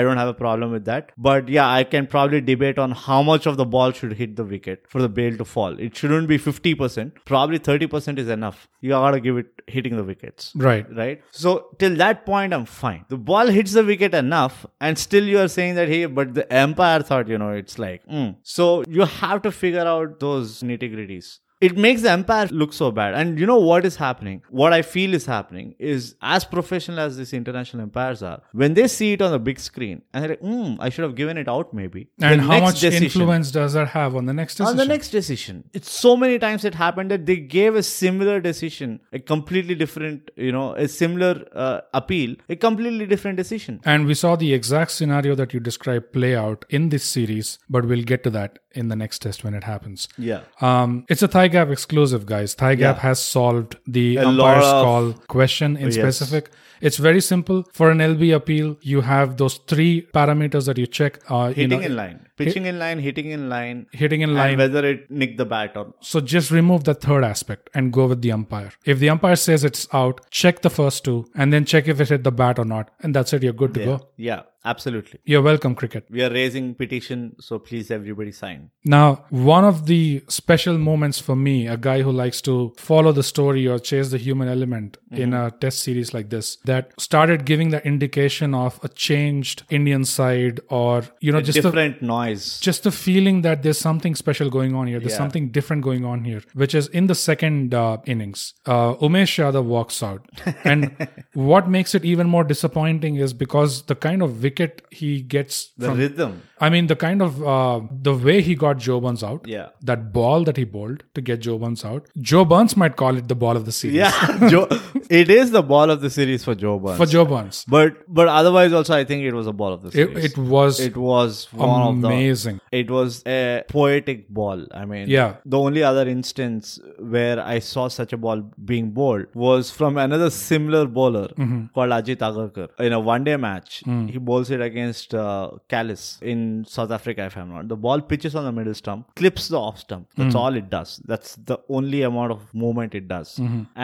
S2: I don't have a problem with that. But yeah, I can probably debate on how much of the ball should hit the wicket for the bail to fall. It shouldn't be fifty percent. Probably thirty percent is enough. You gotta give it hitting the wickets
S1: Right.
S2: right? So till that point, I'm fine. The ball hits the wicket enough, and still you are saying that hey, but the umpire thought you know it's like. mm. So you have to figure out those nitty gritties. It makes the umpire look so bad. And you know what is happening? What I feel is happening is as professional as these international umpires are, when they see it on the big screen and they're like, hmm, I should have given it out maybe.
S1: And
S2: The
S1: how
S2: next
S1: much
S2: decision-
S1: influence does that have on the next decision?
S2: on the next decision. It's so many times it happened that they gave a similar decision, a completely different, you know, a similar uh, appeal, a completely different decision.
S1: and we saw the exact scenario that you described play out in this series, but we'll get to that in the next test when it happens.
S2: Yeah.
S1: Um, it's a thigh gap exclusive, guys. Thigh gap
S2: Yeah.
S1: has solved the
S2: A
S1: umpire's
S2: lot of- Oh,
S1: call question in specific. It's very simple. For an LB appeal, you have those three parameters that you check. Uh, you
S2: Hitting
S1: know,
S2: in line, pitching in line, hitting in line,
S1: Hitting in line.
S2: and whether it nicked the bat or
S1: So just remove the third aspect and go with the umpire. If the umpire says it's out, check the first two and then check if it hit the bat or not. And that's it. You're good to go.
S2: Yeah, absolutely.
S1: You're welcome, cricket.
S2: We are raising petition, so please everybody sign.
S1: Now, one of the special moments for me, a guy who likes to follow the story or chase the human element in a test series like this, that started giving the indication of a changed Indian side or, you know, just the,
S2: Different noise.
S1: just the feeling that there's something special going on here. There's
S2: Yeah.
S1: something different going on here, which is in the second uh, innings. Uh, Umesh Yadav walks out.
S2: [LAUGHS]
S1: And what makes it even more disappointing is because the kind of wicket he gets
S2: The [LAUGHS] rhythm.
S1: I mean, the kind of uh, the way he got Joe Burns out.
S2: Yeah.
S1: That ball that he bowled to get Joe Burns out. Joe Burns might call it the ball of the series
S2: Yeah, [LAUGHS] Joe, it is the ball of the series for Joe Burns.
S1: for Joe Burns.
S2: but but otherwise, also I think it was a ball of the
S1: It,
S2: series.
S1: it was
S2: It was one of the
S1: amazing.
S2: It was a poetic ball. I mean,
S1: Yeah.
S2: The only other instance where I saw such a ball being bowled was from another similar bowler called Ajit Agarkar in a one-day match. He bowls it against uh, Callis in South Africa, if I'm not. The ball pitches on the middle stump, clips the off stump. That's all it does. That's the only amount of movement it does.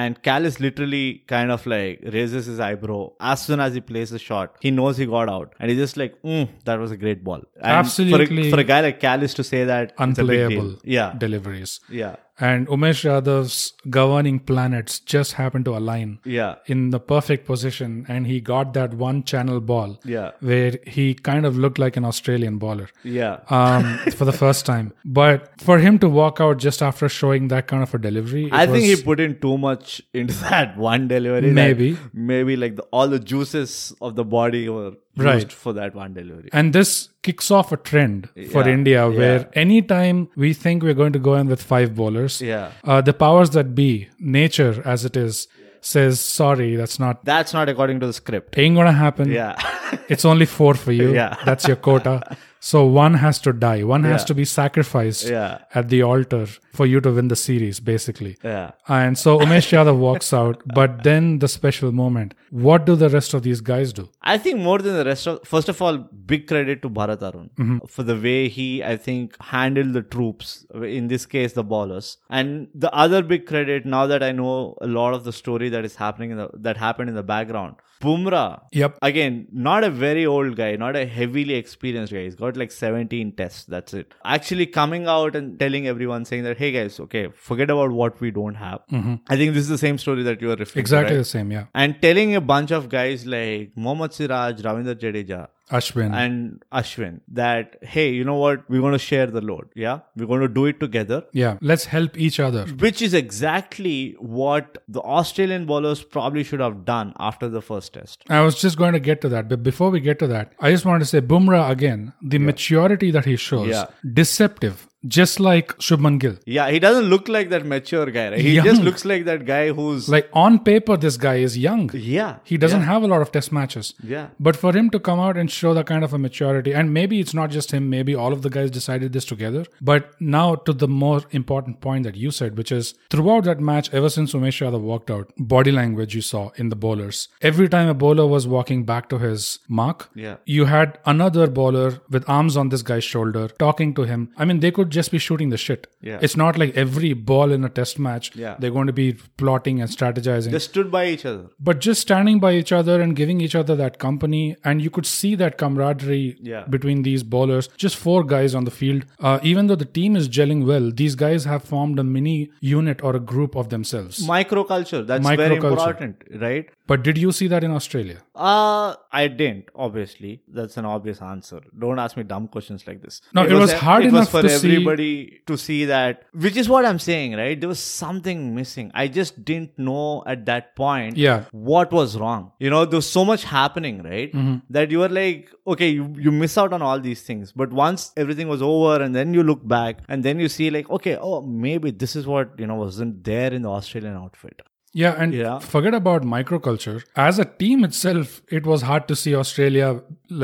S2: And Callis literally kind of like raises his eyebrow as soon as he plays the shot. He knows he got out, and he's just like, mm, "That was a great ball." And for a-
S1: Absolutely.
S2: for a guy like Callis to say that it's a big deal.
S1: Unplayable
S2: Yeah,
S1: deliveries.
S2: yeah,
S1: And Umesh Yadav's governing planets just happened to align
S2: yeah,
S1: in the perfect position. And he got that one channel ball
S2: yeah,
S1: where he kind of looked like an Australian bowler.
S2: yeah.
S1: um, [LAUGHS] for the first time. But for him to walk out just after showing that kind of a delivery, it
S2: I think he
S1: was-
S2: put in too much into [LAUGHS] that one delivery. that
S1: Maybe.
S2: maybe like the, all the juices of the body were used
S1: Right.
S2: for that one delivery.
S1: And this kicks off a trend for
S2: Yeah,
S1: India where
S2: yeah.
S1: anytime we think we're going to go in with five bowlers,
S2: Yeah.
S1: uh, the powers that be, nature as it is, says, sorry, that's not
S2: That's not according to the script.
S1: ain't going to happen.
S2: Yeah, [LAUGHS]
S1: It's only four for you.
S2: Yeah.
S1: [LAUGHS] That's your quota. So one has to die. One has to be sacrificed
S2: Yeah.
S1: at the altar for you to win the series, basically.
S2: yeah.
S1: And so Umesh Yadav walks out, but then the special moment. What do the rest of these guys do?
S2: I think more than the rest of, first of all, big credit to Bharat Arun for the way he, I think, handled the troops, in this case, the ballers. And the other big credit, now that I know a lot of the story that is happening, in the, that happened in the background, Bumrah.
S1: Yep.
S2: Again, not a very old guy, not a heavily experienced guy. He's got like 17 tests. That's it. Actually, coming out and telling everyone, saying that, hey guys, okay, forget about what we don't have. I think this is the same story that you are referring
S1: Exactly
S2: to.
S1: the same, yeah.
S2: And telling a bunch of guys like Mohammad Siraj, Ravindra Jadeja,
S1: Ashwin.
S2: and Ashwin that, hey, you know what? We're going to share the load. Yeah. We're going to do it together.
S1: yeah. Let's help each other.
S2: Which is exactly what the Australian bowlers probably should have done after the first test.
S1: I was just going to get to that, but before we get to that, I just wanted to say Bumrah again, the maturity that he shows,
S2: Yeah.
S1: deceptive, just like Shubman Gill.
S2: Yeah, he doesn't look like that mature guy, right? He
S1: Young.
S2: just looks like that guy who's
S1: Like on paper, this guy is young.
S2: yeah.
S1: He doesn't have a lot of test matches.
S2: Yeah.
S1: But for him to come out and show that kind of a maturity, and maybe it's not just him, maybe all of the guys decided this together. But now to the more important point that you said, which is throughout that match, ever since Umesh Yadav walked out, body language you saw in the bowlers. Every time a bowler was walking back to his mark,
S2: Yeah.
S1: you had another bowler with arms on this guy's shoulder talking to him. I mean, they could just be shooting the shit.
S2: Yeah.
S1: It's not like every ball in a test match,
S2: Yeah.
S1: they're going to be plotting and strategizing
S2: They stood by each other.
S1: but just standing by each other and giving each other that company and you could see that camaraderie
S2: Yeah.
S1: between these bowlers just four guys on the field uh, even though the team is gelling well these guys have formed a mini unit or a group of themselves
S2: Microculture, that's very
S1: Microculture.
S2: important, right?
S1: but did you see that in australia
S2: Uh I didn't, obviously. That's an obvious answer. Don't ask me dumb questions like this.
S1: No, it was hard
S2: it
S1: enough
S2: was for
S1: to see-
S2: everybody to see that, which is what I'm saying, right? There was something missing. I just didn't know at that point.
S1: Yeah.
S2: what was wrong you know there was so much happening right
S1: Mm-hmm.
S2: that you were like okay you, you miss out on all these things but once everything was over and then you look back and then you see like okay oh maybe this is what you know wasn't there in the australian outfit
S1: yeah and
S2: Yeah.
S1: forget about microculture as a team itself it was hard to see australia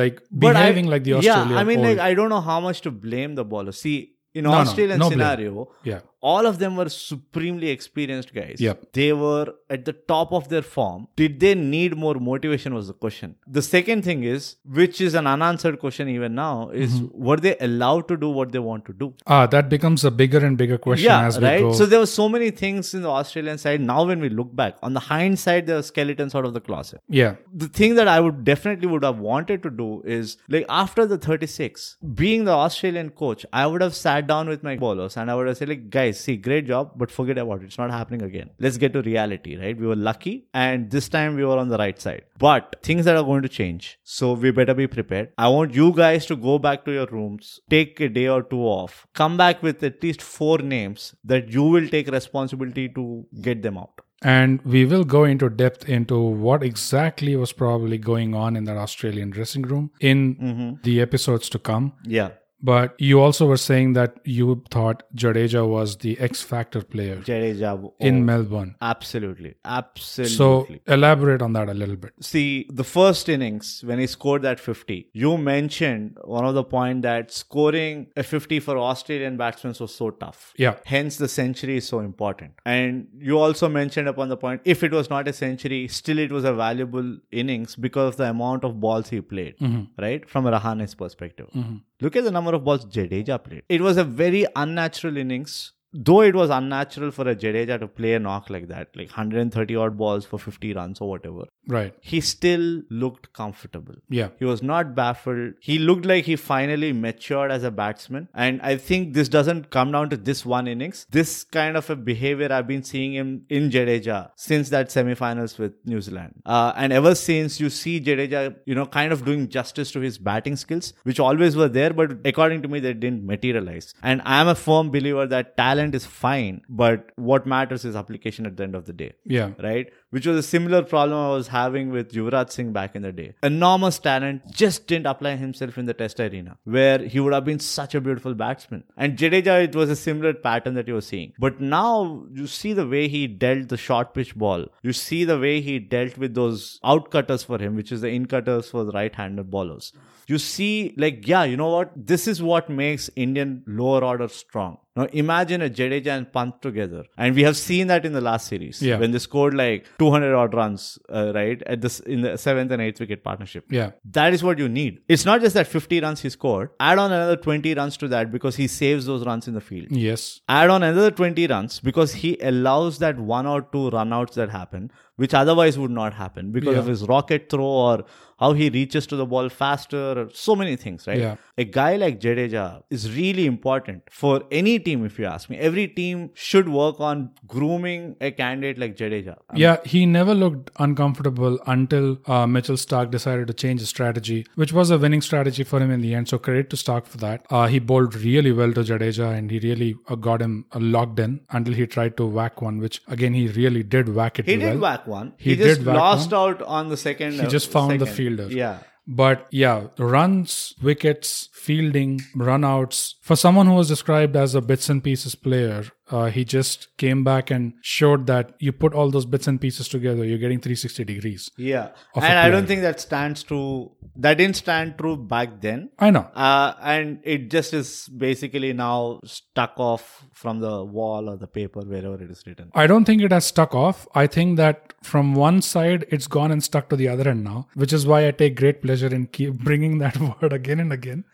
S1: like
S2: But I-
S1: behaving like the australia
S2: yeah i mean
S1: of
S2: like
S1: old.
S2: i don't know how much to blame the bowler see in
S1: no,
S2: australian
S1: no blame.
S2: scenario
S1: yeah
S2: all of them were supremely experienced guys.
S1: Yep.
S2: They were at the top of their form. Did they need more motivation was the question. The second thing is, which is an unanswered question even now, is
S1: Mm-hmm.
S2: were they allowed to do what they want to do?
S1: ah that becomes a bigger and bigger question
S2: Yeah,
S1: as we
S2: right.
S1: go
S2: So there were so many things in the Australian side. Now when we look back, on the hindsight, there are skeletons out of the closet
S1: yeah
S2: the thing that I would definitely would have wanted to do is like after the 36, being the Australian coach, I would have sat down with my bowlers and I would have said, like, guys, see, great job, but forget about it. It's not happening again. Let's get to reality, right? We were lucky and this time we were on the right side. But things that are going to change. So we better be prepared. I want you guys to go back to your rooms, take a day or two off, come back with at least four names that you will take responsibility to get them out.
S1: And we will go into depth into what exactly was probably going on in that Australian dressing room in the episodes to come.
S2: Yeah.
S1: But you also were saying that you thought Jadeja was the X factor player
S2: Jadeja.
S1: in Melbourne.
S2: Absolutely.
S1: So
S2: Oh. Absolutely.
S1: elaborate on that a little bit.
S2: See, the first innings when he scored that 50, you mentioned one of the point that scoring a 50 for Australian batsmen was so tough.
S1: Yeah.
S2: Hence, the century is so important. And you also mentioned upon the point if it was not a century, still it was a valuable innings because of the amount of balls he played,
S1: Mm-hmm.
S2: right? From Rahane's perspective. Look at the number of balls Jadeja played. It was a very unnatural innings. Though it was unnatural for a Jadeja to play a knock like that, like 130 odd balls for 50 runs or whatever,
S1: Right.
S2: he still looked comfortable.
S1: Yeah.
S2: He was not baffled. He looked like he finally matured as a batsman. And I think this doesn't come down to this one innings. This kind of a behavior I've been seeing him in Jadeja since that semifinals with New Zealand. Uh, and ever since you see Jadeja, you know, kind of doing justice to his batting skills, which always were there, but according to me, they didn't materialize. And I'm a firm believer that talent is fine, but what matters is application at the end of the day
S1: Yeah.
S2: right? Which was a similar problem I was having with Yuvraj Singh back in the day. Enormous talent, just didn't apply himself in the test arena, where he would have been such a beautiful batsman. And Jadeja, it was a similar pattern that you were seeing. But now you see the way he dealt the short pitch ball. You see the way he dealt with those out cutters for him, which is the in cutters for the right-handed bowlers. You see, like, yeah, you know what? This is what makes Indian lower order strong. Now imagine a Jadeja and Pant together, and we have seen that in the last series
S1: Yeah.
S2: when they scored like 200 odd runs, uh, right? At this in the seventh and eighth wicket partnership.
S1: Yeah.
S2: That is what you need. It's not just that 50 runs he scored. Add on another 20 runs to that because he saves those runs in the field.
S1: Yes.
S2: Add on another 20 runs because he allows that one or two runouts that happen, which otherwise would not happen because
S1: Yeah.
S2: of his rocket throw or how he reaches to the ball faster or so many things, right?
S1: Yeah.
S2: A guy like Jadeja is really important for any team, if you ask me. Every team should work on grooming a candidate like Jadeja.
S1: Yeah, he never looked uncomfortable until uh, Mitchell Stark decided to change his strategy, which was a winning strategy for him in the end. So credit to Stark for that. Uh, he bowled really well to Jadeja, and he really uh, got him uh, locked in until he tried to whack one, which again he really did whack it
S2: He
S1: well.
S2: did whack one.
S1: He
S2: He, just
S1: did whack
S2: lost out on the second.
S1: He just found the
S2: second.
S1: fielder.
S2: Yeah.
S1: But yeah, runs, wickets, fielding, runouts. For someone who was described as a bits and pieces player, uh, he just came back and showed that you put all those bits and pieces together, you're getting 360 degrees.
S2: Yeah.
S1: Of a
S2: And I
S1: player.
S2: don't think that stands true. That didn't stand true back then.
S1: I know.
S2: Uh, and it just is basically now stuck off from the wall or the paper, wherever it is written.
S1: I don't think it has stuck off. I think that from one side, it's gone and stuck to the other end now, which is why I take great pleasure in keep [LAUGHS] bringing that word again and again,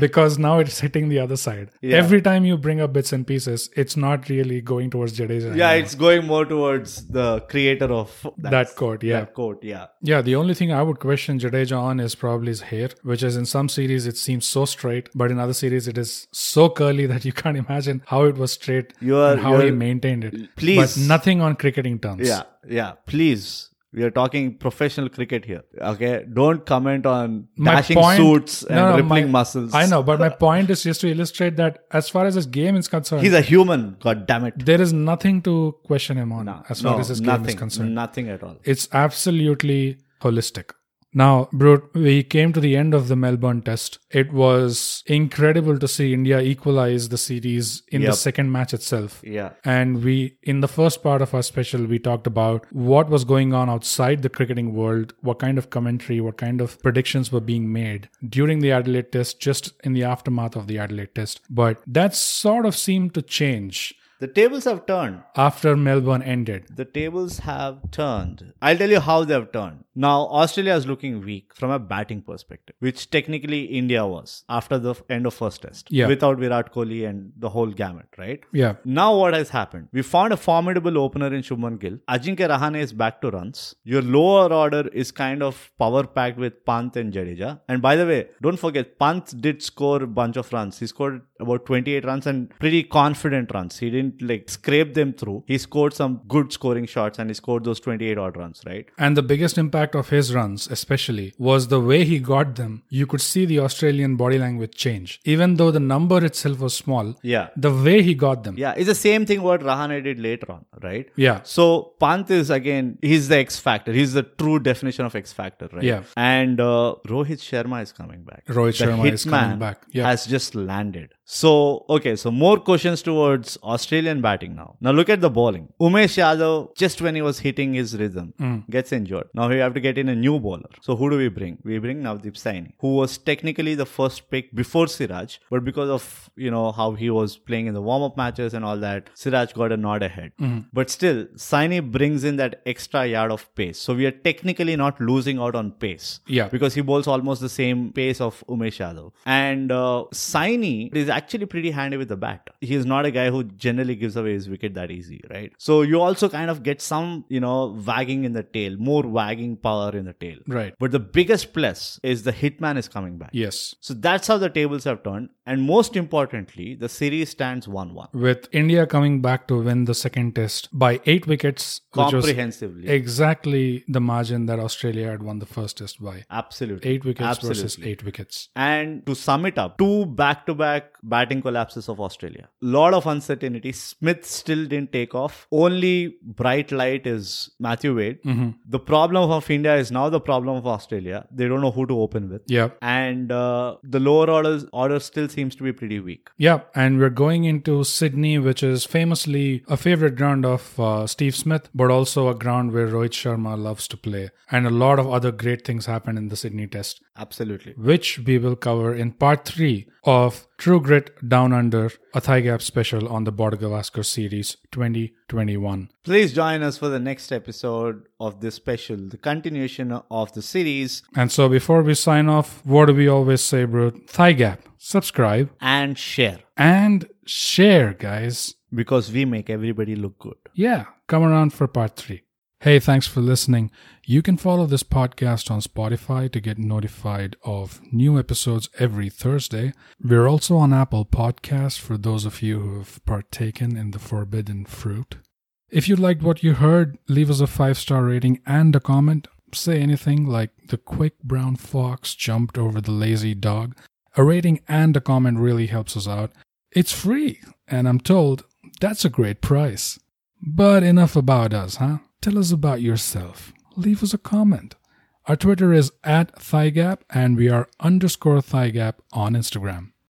S1: because now it's hitting the other side. Every time you bring up bits and pieces, it's not really going towards Jadeja.
S2: Yeah, it's going more towards the creator of that,
S1: that quote. Yeah.
S2: that quote. Yeah.
S1: Yeah, the only thing I would question Jadeja on is probably his hair, which is in some series it seems so straight, but in other series it is so curly [LAUGHS] that you can't imagine how it was straight
S2: You are-
S1: and how
S2: you
S1: he
S2: are-
S1: maintained it.
S2: Please.
S1: But nothing on cricketing terms.
S2: Yeah. Yeah. Please. We are talking professional cricket here. Okay. Don't comment on dashing suits and
S1: no, no,
S2: rippling
S1: my-
S2: muscles.
S1: I know, but my point is just to illustrate that as far as this game is concerned,
S2: He's a human. God damn it.
S1: there is nothing to question him on as far
S2: No,
S1: as this
S2: nothing,
S1: game is concerned.
S2: Nothing at all.
S1: It's absolutely holistic. Now, Brute, we came to the end of the Melbourne Test. It was incredible to see India equalize the series in the
S2: Yep.
S1: second match itself.
S2: Yeah.
S1: And we, in the first part of our special, we talked about what was going on outside the cricketing world, what kind of commentary, what kind of predictions were being made during the Adelaide Test, just in the aftermath of the Adelaide Test. But that sort of seemed to change
S2: The tables have turned.
S1: after Melbourne ended.
S2: The tables have turned. I'll tell you how they have turned. Now, Australia is looking weak from a batting perspective, which technically India was after the f- end of first test.
S1: Yeah.
S2: Without Virat Kohli and the whole gamut, right?
S1: Yeah.
S2: Now what has happened? We found a formidable opener in Shubman Gill. Ajinkya Rahane is back to runs. Your lower order is kind of power packed with Pant and Jadeja. And by the way, don't forget Pant did score a bunch of runs. He scored about 28 runs and pretty confident runs. He didn't like scrape them through. He scored some good scoring shots and he scored those 28 odd runs, right?
S1: And the biggest impact of his runs, especially, was the way he got them. You could see the Australian body language change. Even though the number itself was small,
S2: Yeah.
S1: the way he got them.
S2: Yeah, it's the same thing what Rahane did later on, right?
S1: Yeah.
S2: So Pant is again, he's the X factor. He's the true definition of X factor, right?
S1: Yeah.
S2: And uh, Rohit Sharma is coming back.
S1: Rohit
S2: The
S1: Sharma is coming
S2: hitman
S1: back. Yeah.
S2: Has just landed. So okay, so more questions towards Australian batting now. Now look at the bowling. Umesh Yadav, just when he was hitting his rhythm, gets injured. Now we have to get in a new bowler. So who do we bring? We bring Navdeep Saini, who was technically the first pick before Siraj, but because of you know how he was playing in the warm-up matches and all that, Siraj got a nod ahead. But still, Saini brings in that extra yard of pace. So we are technically not losing out on pace.
S1: Yeah.
S2: Because he bowls almost the same pace of Umesh Yadav. And uh, Saini is actually pretty handy with the bat. He is not a guy who generally gives away his wicket that easy, right? So you also kind of get some, you know, wagging in the tail, more wagging power in the tail.
S1: Right.
S2: But the biggest plus is the hitman is coming back.
S1: Yes.
S2: So that's how the tables have turned. And most importantly, the series stands 1 1.
S1: With India coming back to win the second test by eight wickets, which was
S2: Comprehensively.
S1: exactly the margin that Australia had won the first test by.
S2: Absolutely.
S1: Eight wickets
S2: Absolutely.
S1: versus eight wickets.
S2: And to sum it up, two back to back batting collapses of Australia. Lot of uncertainty. Smith still didn't take off. Only bright light is Matthew Wade. The problem of India is now the problem of Australia. They don't know who to open with.
S1: Yeah.
S2: And uh, the lower orders, order still seems to be pretty weak.
S1: Yeah, and we're going into Sydney, which is famously a favorite ground of uh, Steve Smith, but also a ground where Rohit Sharma loves to play. And a lot of other great things happened in the Sydney Test,
S2: Absolutely.
S1: which we will cover in part three of True Grit Down Under, a thigh gap special on the Border Gavaskar series 2021.
S2: Please join us for the next episode of this special, the continuation of the series,
S1: And so before we sign off, what do we always say, bro? Thigh gap, subscribe,
S2: and share
S1: and share, guys.
S2: because we make everybody look good.
S1: Yeah, come around for part three. Hey, thanks for listening. You can follow this podcast on Spotify to get notified of new episodes every Thursday. We're also on Apple Podcasts for those of you who have partaken in the forbidden fruit. If you liked what you heard, leave us a five star rating and a comment. Say anything like the quick brown fox jumped over the lazy dog. A rating and a comment really helps us out. It's free, and I'm told that's a great price. But enough about us, huh? Tell us about yourself. Leave us a comment. Our Twitter is at Thigh Gap, and we are underscore Thigh Gap on Instagram.